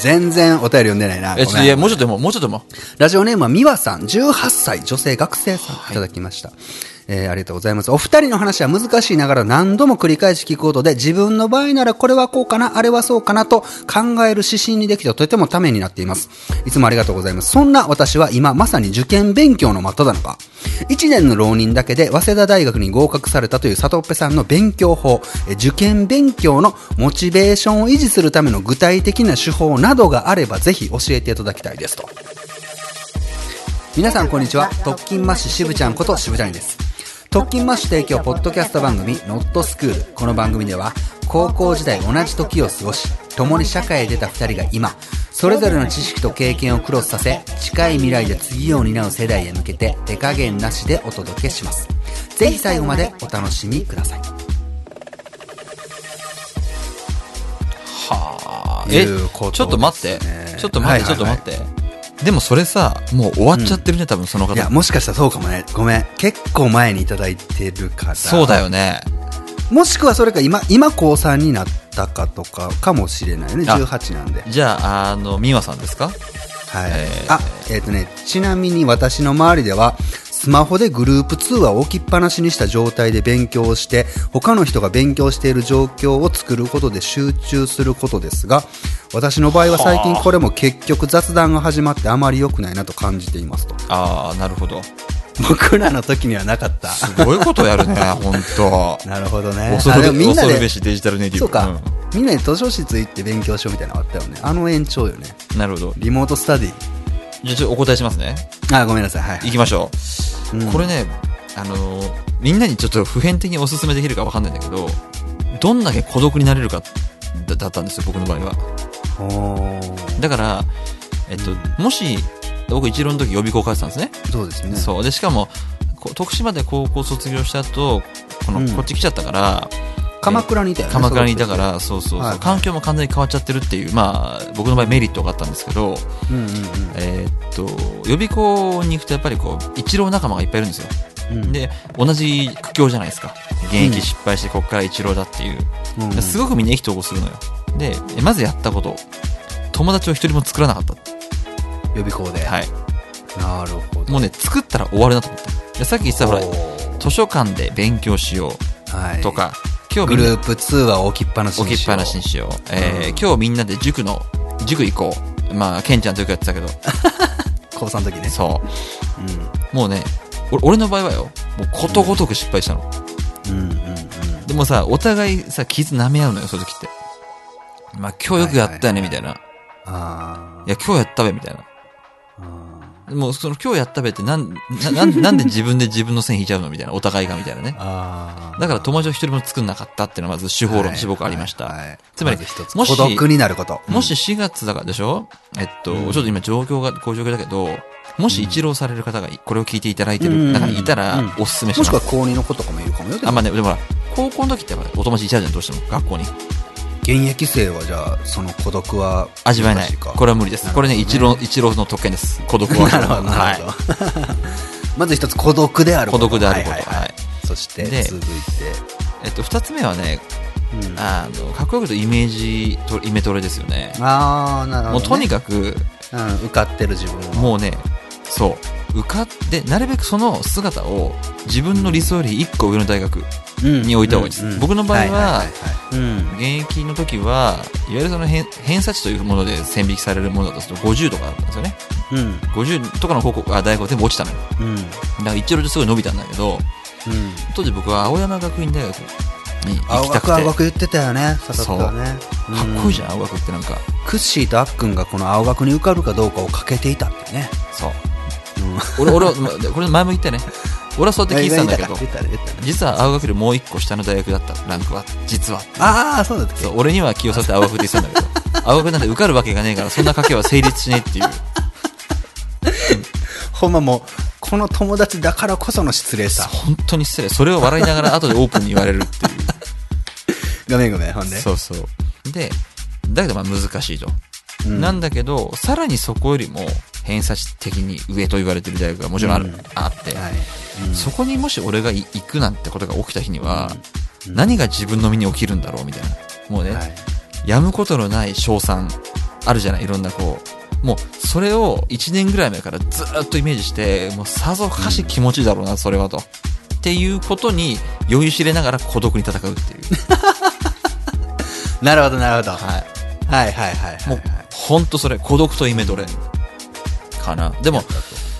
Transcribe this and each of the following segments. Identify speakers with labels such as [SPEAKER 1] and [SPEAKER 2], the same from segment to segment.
[SPEAKER 1] 全然お便り読んでないな。
[SPEAKER 2] え、
[SPEAKER 1] ごめ
[SPEAKER 2] ちょっと、
[SPEAKER 1] ん
[SPEAKER 2] いや、もうちょっともう、もうちょっとも。
[SPEAKER 1] ラジオネームは美和さん、18歳、女性学生さん、いただきました。えーありがとうございます。お二人の話は難しいながら何度も繰り返し聞くことで、自分の場合ならこれはこうかな、あれはそうかなと考える指針にできてとてもためになっています。いつもありがとうございます。そんな私は今まさに受験勉強の真っ只中。1年の浪人だけで早稲田大学に合格されたという里っぺさんの勉強法、えー受験勉強のモチベーションを維持するための具体的な手法などがあればぜひ教えていただきたいですと。皆さんこんにちは特勤マッシュしぶちゃんこと渋谷です特勤マッシュ提供ポッドキャスト番組「ノットスクールこの番組では高校時代同じ時を過ごし共に社会へ出た2人が今それぞれの知識と経験をクロスさせ近い未来で次を担う世代へ向けて手加減なしでお届けしますぜひ最後までお楽しみくださいう
[SPEAKER 2] はあ。
[SPEAKER 1] い
[SPEAKER 2] え、
[SPEAKER 1] うことですね
[SPEAKER 2] ちょっと待って。ちょっと待って、ち
[SPEAKER 1] はい
[SPEAKER 2] ょっ
[SPEAKER 1] は
[SPEAKER 2] と
[SPEAKER 1] いはい
[SPEAKER 2] 待って。でもそれさ、もう終わっちゃってるね、多分その方
[SPEAKER 1] い。やもしかしたらそうかもねごめん結構前にいただいてるから
[SPEAKER 2] そうだよね。
[SPEAKER 1] もしくはそれか今今高3になったかとかかもしれないね
[SPEAKER 2] あ
[SPEAKER 1] 18なんで
[SPEAKER 2] じゃあ、あの、ミワさんですか
[SPEAKER 1] はい、
[SPEAKER 2] えー
[SPEAKER 1] あえっ、とねちなみに私の周りではスマホでグループ通話を置きっぱなしにした状態で勉強をして他の人が勉強している状況を作ることで集中することですが私の場合は最近これも結局雑談が始まってあまり良くないなと感じていますと
[SPEAKER 2] ああ、なるほど。
[SPEAKER 1] 僕らの時にはなか った
[SPEAKER 2] すごいことやる ね、ほんと。
[SPEAKER 1] なるほどね
[SPEAKER 2] 恐
[SPEAKER 1] あで
[SPEAKER 2] る
[SPEAKER 1] も
[SPEAKER 2] べ
[SPEAKER 1] みんな
[SPEAKER 2] 恐るべ
[SPEAKER 1] で
[SPEAKER 2] しデジタルネイティ
[SPEAKER 1] そ
[SPEAKER 2] ブ。
[SPEAKER 1] うか、みんなで図書室行って勉強しようみたいなのあったよねあの延長よね
[SPEAKER 2] うんなるほど。
[SPEAKER 1] リモートスタディ
[SPEAKER 2] じゃあ、ちょっとお答えしますね。
[SPEAKER 1] あごめんなさいはい
[SPEAKER 2] いきましょう、
[SPEAKER 1] うん
[SPEAKER 2] これねあのーみんなにちょっと普遍的におすすめできるかわかんないんだけどどんだけ孤独になれるかだだったんですよ僕の場合は
[SPEAKER 1] おー
[SPEAKER 2] だから、えっと、もし僕一浪の時予備校通ってたんですね、
[SPEAKER 1] そうですね
[SPEAKER 2] そうでしかもこ徳島で高校卒業した後この、
[SPEAKER 1] うん
[SPEAKER 2] こっち来ちゃったから
[SPEAKER 1] 鎌倉にいたよね
[SPEAKER 2] 鎌倉にいたからそうそうそう、
[SPEAKER 1] はいはい
[SPEAKER 2] 環境も完全に変わっちゃってるっていうまあ僕の場合メリットがあったんですけど、
[SPEAKER 1] うんうん
[SPEAKER 2] えっと予備校に行くとやっぱりこう一浪仲間がいっぱいいるんですよ
[SPEAKER 1] うんうん
[SPEAKER 2] で同じ苦境じゃないですか現役失敗してこっから一浪だっていう、
[SPEAKER 1] うんうん
[SPEAKER 2] すごくみんな意気投合するのよでえまずやったこと友達を一人も作らなかったって
[SPEAKER 1] 予備校で、
[SPEAKER 2] はい
[SPEAKER 1] なるほど
[SPEAKER 2] もうね作ったら終わるなと思ったでさっき言ってたほら
[SPEAKER 1] おー
[SPEAKER 2] 図書館で勉強しよ
[SPEAKER 1] はいう
[SPEAKER 2] とか、今日
[SPEAKER 1] グ
[SPEAKER 2] みん
[SPEAKER 1] ル
[SPEAKER 2] な
[SPEAKER 1] ープ通話を置きっぱなしにしよう
[SPEAKER 2] 置きっぱなしにしよう、えー
[SPEAKER 1] うん
[SPEAKER 2] 今日みんなで塾の塾行こうまあケンちゃんとよくやってたけど
[SPEAKER 1] 高3の時ね
[SPEAKER 2] そううもうねお俺の場合はよもうことごとく失敗したの、
[SPEAKER 1] んうんうんうん
[SPEAKER 2] でもさ、お互いさ、傷舐め合うのよ、そういう時って。まあ、今日よくやったよね、みたいな。い
[SPEAKER 1] あー
[SPEAKER 2] や、今日やったべ、みたいな。
[SPEAKER 1] あ
[SPEAKER 2] もう、その、今日やったべって、なん、な、なんなんで自分で自分の線引いちゃうのみたいな。お互いが、みたいなね
[SPEAKER 1] ー。あー
[SPEAKER 2] だから、友達を一人も作んなかったっていうのは、まず、手法論として僕ありました。
[SPEAKER 1] はいはいはい
[SPEAKER 2] つまり
[SPEAKER 1] ず一つ
[SPEAKER 2] もし
[SPEAKER 1] 孤独になること
[SPEAKER 2] もし4月だからでしょえっと、
[SPEAKER 1] うん
[SPEAKER 2] ちょっと今状況が、こういう状況だけど、もし一浪される方がいこれを聞いていただいてる中にいた
[SPEAKER 1] うん
[SPEAKER 2] ら、おすすめし
[SPEAKER 1] も
[SPEAKER 2] ま
[SPEAKER 1] し
[SPEAKER 2] す。
[SPEAKER 1] くは高2の子とかもいるかもよで
[SPEAKER 2] あ、
[SPEAKER 1] も
[SPEAKER 2] まあね、でもほら、高校の時ってやっぱお友達いちゃうじゃん、どうしても。学校に。
[SPEAKER 1] 現役生はじゃあその孤独は
[SPEAKER 2] 味わえない
[SPEAKER 1] 難しか
[SPEAKER 2] これは無理です、これね
[SPEAKER 1] なる
[SPEAKER 2] 一
[SPEAKER 1] ほど
[SPEAKER 2] 郎一郎の特権です孤独 は
[SPEAKER 1] なるほどなるほど
[SPEAKER 2] は
[SPEAKER 1] まず一つ孤独であること
[SPEAKER 2] 孤独であること
[SPEAKER 1] はいはいは
[SPEAKER 2] はいい
[SPEAKER 1] そして
[SPEAKER 2] で
[SPEAKER 1] 続いて
[SPEAKER 2] いえっと、2つ目はね
[SPEAKER 1] うん
[SPEAKER 2] あのかっこよく言うとイメージトイメトレですよね
[SPEAKER 1] ああなるほど
[SPEAKER 2] もう
[SPEAKER 1] ね
[SPEAKER 2] とにかく
[SPEAKER 1] うん、受かってる自分を
[SPEAKER 2] もうねそう受かってなるべくその姿を自分の理想より1個上の大学
[SPEAKER 1] うん
[SPEAKER 2] に置いた方がいいです僕の場合は
[SPEAKER 1] はいはいはいはい
[SPEAKER 2] 現役の時はいわゆるその偏偏差値というもので線引きされるものだとすると50とかだったんですよね
[SPEAKER 1] うん
[SPEAKER 2] 50とかの高校あ大学は全部落ちたのよ
[SPEAKER 1] うんうん
[SPEAKER 2] だから一郎ですごい伸びたんだけど
[SPEAKER 1] うん
[SPEAKER 2] 当時僕は青山学院大学に行
[SPEAKER 1] 青
[SPEAKER 2] きた
[SPEAKER 1] 学
[SPEAKER 2] くて
[SPEAKER 1] 青学言ってたよね佐々木はね
[SPEAKER 2] かっこいいじ
[SPEAKER 1] ゃん
[SPEAKER 2] ゃん、青学ってなんか。
[SPEAKER 1] クッシーとあっくんがこの青学に受かるかどうかをかけていたってね
[SPEAKER 2] そう。
[SPEAKER 1] うん
[SPEAKER 2] 俺、俺は、まこれ前も言ったよね。俺はそうやって聞いてたんだけど、
[SPEAKER 1] 言ったね言ったね
[SPEAKER 2] 実は青学よりもう一個下の大学だった、ランクは。実は。
[SPEAKER 1] ああそうだったっけ
[SPEAKER 2] そう、俺には気をさって青学って言ってたんだけど、青学なんて受かるわけがねえから、そんな賭けは成立しねえっていう。
[SPEAKER 1] ほんまもうこの友達だからこその失礼さ
[SPEAKER 2] 本当に失礼。それを笑いながら後でオープンに言われるっていう。
[SPEAKER 1] ごめんごめんほんで
[SPEAKER 2] そうそう。で、だけどまあ難しいと。
[SPEAKER 1] うん
[SPEAKER 2] なんだけど、さらにそこよりも偏差値的に上と言われてる大学がもちろんある、
[SPEAKER 1] うん
[SPEAKER 2] あって、
[SPEAKER 1] はい
[SPEAKER 2] そこにもし俺がい行くなんてことが起きた日には、何が自分の身に起きるんだろうみたいな。もうね、
[SPEAKER 1] はい
[SPEAKER 2] やむことのない賞賛あるじゃないいろんなこうもうそれを1年ぐらい前からずーっとイメージしてもうさぞかし気持ちいいだろうなそれはとっていうことに酔いしれながら孤独に戦うっていう
[SPEAKER 1] なるほど、なるほど。
[SPEAKER 2] はい
[SPEAKER 1] はいはいはいはい
[SPEAKER 2] もうほんとそれ孤独とイメトレかなでも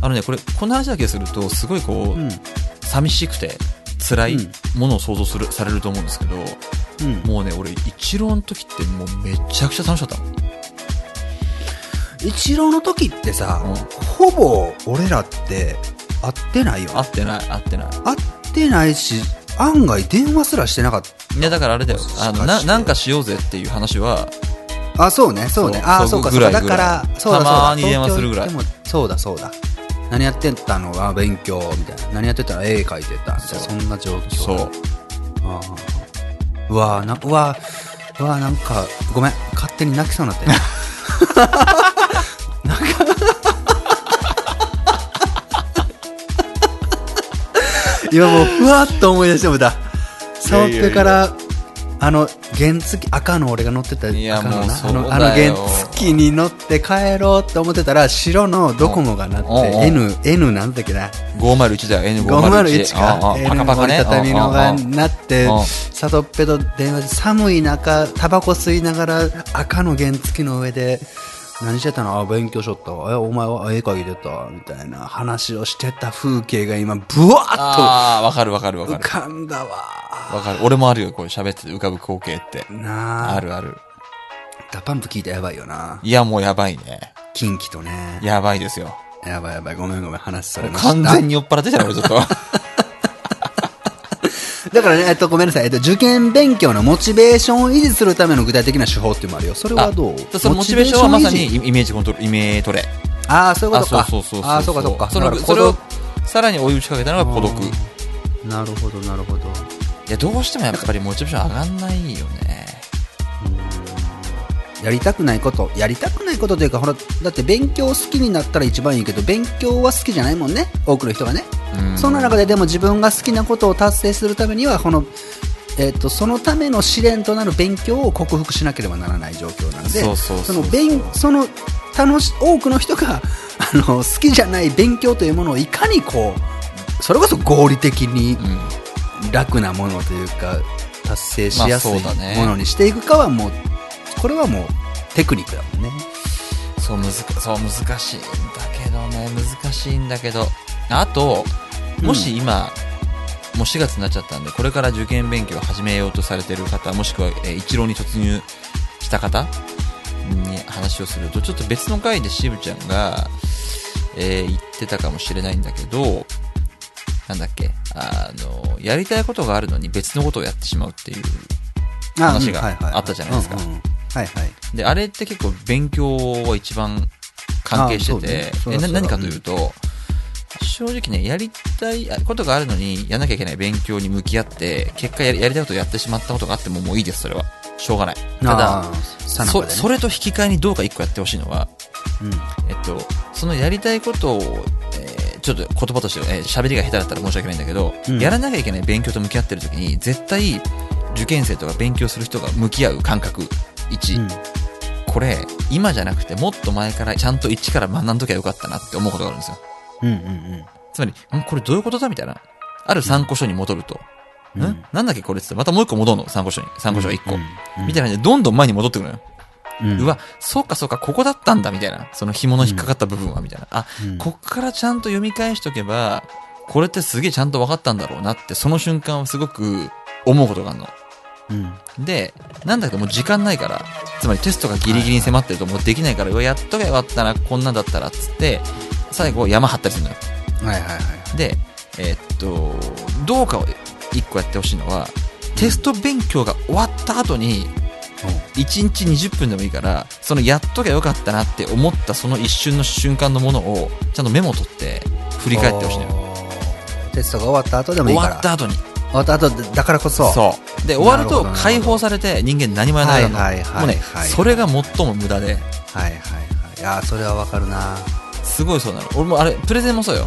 [SPEAKER 2] あのねこれこんな話だけするとすごいこう、
[SPEAKER 1] うん
[SPEAKER 2] 寂しくて辛い
[SPEAKER 1] うん
[SPEAKER 2] ものを想像する、されると思うんですけど
[SPEAKER 1] うん
[SPEAKER 2] もうね俺一郎の時ってもうめちゃくちゃ楽しかったの
[SPEAKER 1] 一郎の時ってさ、
[SPEAKER 2] うん
[SPEAKER 1] ほぼ俺らって会ってないよね
[SPEAKER 2] 合ってない合ってない
[SPEAKER 1] 会ってないし案外電話すらしてなかっ
[SPEAKER 2] いやだからあれだよあの
[SPEAKER 1] しか
[SPEAKER 2] な
[SPEAKER 1] し
[SPEAKER 2] なんかしようぜっていう話は
[SPEAKER 1] たあそうねそうね
[SPEAKER 2] そう
[SPEAKER 1] ああそうか
[SPEAKER 2] そ
[SPEAKER 1] そうう
[SPEAKER 2] ぐら
[SPEAKER 1] か
[SPEAKER 2] い
[SPEAKER 1] だから
[SPEAKER 2] ぐらい
[SPEAKER 1] そうだそうだ
[SPEAKER 2] たまに電話するぐらい
[SPEAKER 1] 東京行ってもそうだそうだ何やってたのあ勉強みたいな何やってたら絵描いてたみたいなそんな状況
[SPEAKER 2] そう
[SPEAKER 1] ああうわあなうわあうわあなんかごめん勝手に泣きそうになってるなんか今もうふわっと思い出してもうた
[SPEAKER 2] やい
[SPEAKER 1] 触
[SPEAKER 2] や
[SPEAKER 1] っ
[SPEAKER 2] いや
[SPEAKER 1] てからあの原付赤の俺が乗ってた赤
[SPEAKER 2] いやもう
[SPEAKER 1] のな
[SPEAKER 2] そ
[SPEAKER 1] あ
[SPEAKER 2] うだ
[SPEAKER 1] の
[SPEAKER 2] よ
[SPEAKER 1] あの原付に乗って帰ろうって思ってたら白のドコモがなって
[SPEAKER 2] うんうんうん
[SPEAKER 1] N, N なんだっけな
[SPEAKER 2] 501だよ N501
[SPEAKER 1] 501
[SPEAKER 2] ああ
[SPEAKER 1] か、
[SPEAKER 2] あ
[SPEAKER 1] N
[SPEAKER 2] パカ
[SPEAKER 1] の
[SPEAKER 2] パカ
[SPEAKER 1] 折
[SPEAKER 2] ね
[SPEAKER 1] りたたみのが
[SPEAKER 2] うんうんうん
[SPEAKER 1] なって
[SPEAKER 2] うん、
[SPEAKER 1] サトッペと電話で寒い中、タバコ吸いながら赤の原付の上で、何してたのあ、勉強しとったわ。え、お前は絵描いてたみたいな話をしてた風景が今、ブワ
[SPEAKER 2] ああわかるわかるわ
[SPEAKER 1] ー
[SPEAKER 2] か
[SPEAKER 1] っと浮か
[SPEAKER 2] る
[SPEAKER 1] んだわ。
[SPEAKER 2] わかる俺もあるよこう喋ってて浮かぶ光景って
[SPEAKER 1] な
[SPEAKER 2] あ
[SPEAKER 1] あ、
[SPEAKER 2] るある
[SPEAKER 1] ダパンプ聞いたらやばいよな。
[SPEAKER 2] いやもうやばいね
[SPEAKER 1] 近畿とね。
[SPEAKER 2] やばいですよ
[SPEAKER 1] やばいやばい、ごめんごめん、話それました。
[SPEAKER 2] 完全に酔っ払ってたの俺ちょっと
[SPEAKER 1] だからね、えっと、ごめんなさい、えっと、受験勉強のモチベーションを維持するための具体的な手法っていうのもあるよ。それはどう
[SPEAKER 2] あ そのモチベーションはまさに
[SPEAKER 1] モチベーション維持
[SPEAKER 2] イイメージコントロールイメートレ
[SPEAKER 1] ああ、そういう
[SPEAKER 2] あ
[SPEAKER 1] こと
[SPEAKER 2] そう
[SPEAKER 1] か。
[SPEAKER 2] そうそうそう
[SPEAKER 1] ああ、そうかそうか。
[SPEAKER 2] その
[SPEAKER 1] だら
[SPEAKER 2] それをさらに追い打ちかけたのが孤独い
[SPEAKER 1] うんなるほど、なるほど。
[SPEAKER 2] やどうしてもやっぱりモチベーション上がんないよね
[SPEAKER 1] やりたくないこと、やりたくないことというか、ほら、だって勉強好きになったら一番いいけど、勉強は好きじゃないもんね、多くの人がね。
[SPEAKER 2] うん
[SPEAKER 1] そんな中で、でも自分が好きなことを達成するためには、この、えっとそのための試練となる勉強を克服しなければならない状況なんで、
[SPEAKER 2] そうそうそう
[SPEAKER 1] その勉その楽し多くの人があの好きじゃない勉強というものをいかにこうそれこそ合理的に
[SPEAKER 2] うん
[SPEAKER 1] 楽なものというか達成しやすい
[SPEAKER 2] まあそうだね
[SPEAKER 1] ものにしていくかはもうこれはもうテクニックだもんね
[SPEAKER 2] そうむずかそう難しいんだけどね難しいんだけどあともし今、もう4月になっちゃったんでこれから受験勉強を始めようとされてる方もしくは、えー一浪に突入した方に話をするとちょっと別の回で渋ちゃんが、えー言ってたかもしれないんだけどなんだっけあのやりたいことがあるのに別のことをやってしまうっていう話が
[SPEAKER 1] うんはいはい
[SPEAKER 2] あったじゃないですか
[SPEAKER 1] うんうんはいはい
[SPEAKER 2] で、あれって結構勉強は一番関係してて
[SPEAKER 1] あ、そう
[SPEAKER 2] え
[SPEAKER 1] ねそうだ
[SPEAKER 2] な
[SPEAKER 1] そうだ
[SPEAKER 2] 何かというと、正直ね、やりたいあことがあるのに、やんなきゃいけない勉強に向き合って、結果やりやりたいことをやってしまったことがあっても、もういいです、それは。しょうがない。ただ、
[SPEAKER 1] あーさなか
[SPEAKER 2] そ
[SPEAKER 1] でね
[SPEAKER 2] それと引き換えにどうか一個やってほしいのは、
[SPEAKER 1] うん
[SPEAKER 2] えっと、そのやりたいことを、えーちょっと言葉として、えー喋りが下手だったら申し訳ないんだけど、
[SPEAKER 1] うん
[SPEAKER 2] やらなきゃいけない勉強と向き合ってる時に、絶対、受験生とか勉強する人が向き合う感覚、1、
[SPEAKER 1] うん
[SPEAKER 2] これ今じゃなくてもっと前からちゃんと一から学んどきゃよかったなって思うことがあるんですよ
[SPEAKER 1] うんうん
[SPEAKER 2] つまりんこれどういうことだみたいなある参考書に戻ると、、
[SPEAKER 1] うんん
[SPEAKER 2] なんだっけこれっつってまたもう一個戻るの参考書に参考書が1個、
[SPEAKER 1] うんうん
[SPEAKER 2] みたいな感じでどんどん前に戻ってくるのよ、
[SPEAKER 1] うんうん
[SPEAKER 2] うわそうかそうかここだったんだみたいなその紐の引っかかった部分はみたいなあ、
[SPEAKER 1] うん
[SPEAKER 2] こっからちゃんと読み返しとけばこれってすげえちゃんと分かったんだろうなってその瞬間はすごく思うことがあるの
[SPEAKER 1] うん
[SPEAKER 2] で、なんだけどもう時間ないから、つまりテストがギリギリに迫ってるともうできないから、うわやっとけばよかったな、こんなんだったら、つって、最後山張ったりするのよ。
[SPEAKER 1] はいはいはい
[SPEAKER 2] で、えーっと、どうかを一個やってほしいのは、テスト勉強が終わった後に、1日20分でもいいから、そのやっとけばよかったなって思ったその一瞬の瞬間のものを、ちゃんとメモを取って、振り返ってほしいのよ。
[SPEAKER 1] おーテストが終わった後でもい
[SPEAKER 2] 終
[SPEAKER 1] いから
[SPEAKER 2] わった後に。
[SPEAKER 1] 終わった後でだからこそ
[SPEAKER 2] そう。で、終わる
[SPEAKER 1] なるほ
[SPEAKER 2] と
[SPEAKER 1] どなるほど
[SPEAKER 2] 解放されて人間何もやらない
[SPEAKER 1] はいはい
[SPEAKER 2] の。
[SPEAKER 1] はい
[SPEAKER 2] もうね
[SPEAKER 1] は、い
[SPEAKER 2] それが最も無駄で。
[SPEAKER 1] はいはいはいいやーそれはわかるな
[SPEAKER 2] すごいそうなの俺もあれプレゼンもそうよ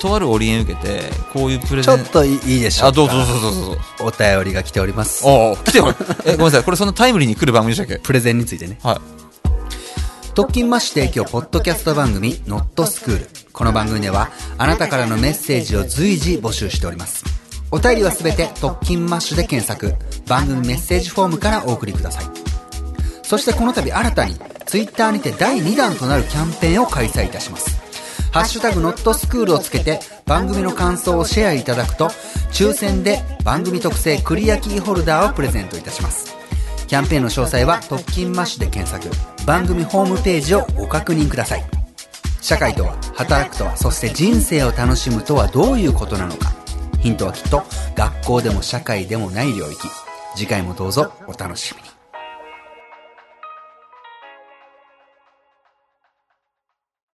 [SPEAKER 2] とある折り受けて、こういうプレ
[SPEAKER 1] ち
[SPEAKER 2] ゼ
[SPEAKER 1] ょ
[SPEAKER 2] ン
[SPEAKER 1] っといいでしょうか
[SPEAKER 2] あ、どうぞどうぞどうぞ どうぞ。
[SPEAKER 1] お便りが来ております
[SPEAKER 2] おお、来てよ。え、ごめんなさい。これそんなタイムリーに来る番組でしたっ
[SPEAKER 1] プレゼンについてね
[SPEAKER 2] けはい。
[SPEAKER 1] 特勤マッシュ提供ポッドキャスト番組「ノットスクールこの番組ではあなたからのメッセージを随時募集しておりますお便りはすべて特勤マッシュで検索番組メッセージフォームからお送りくださいそしてこの度新たに Twitter にて第2弾となるキャンペーンを開催いたしますハッシュタグノットスクールをつけて番組の感想をシェアいただくと抽選で番組特製クリアキーホルダーをプレゼントいたしますキャンペーンの詳細は特勤マッシュで検索番組ホームページをご確認ください社会とは働くとはそして人生を楽しむとはどういうことなのかヒントはきっと学校でも社会でもない領域次回もどうぞお楽しみに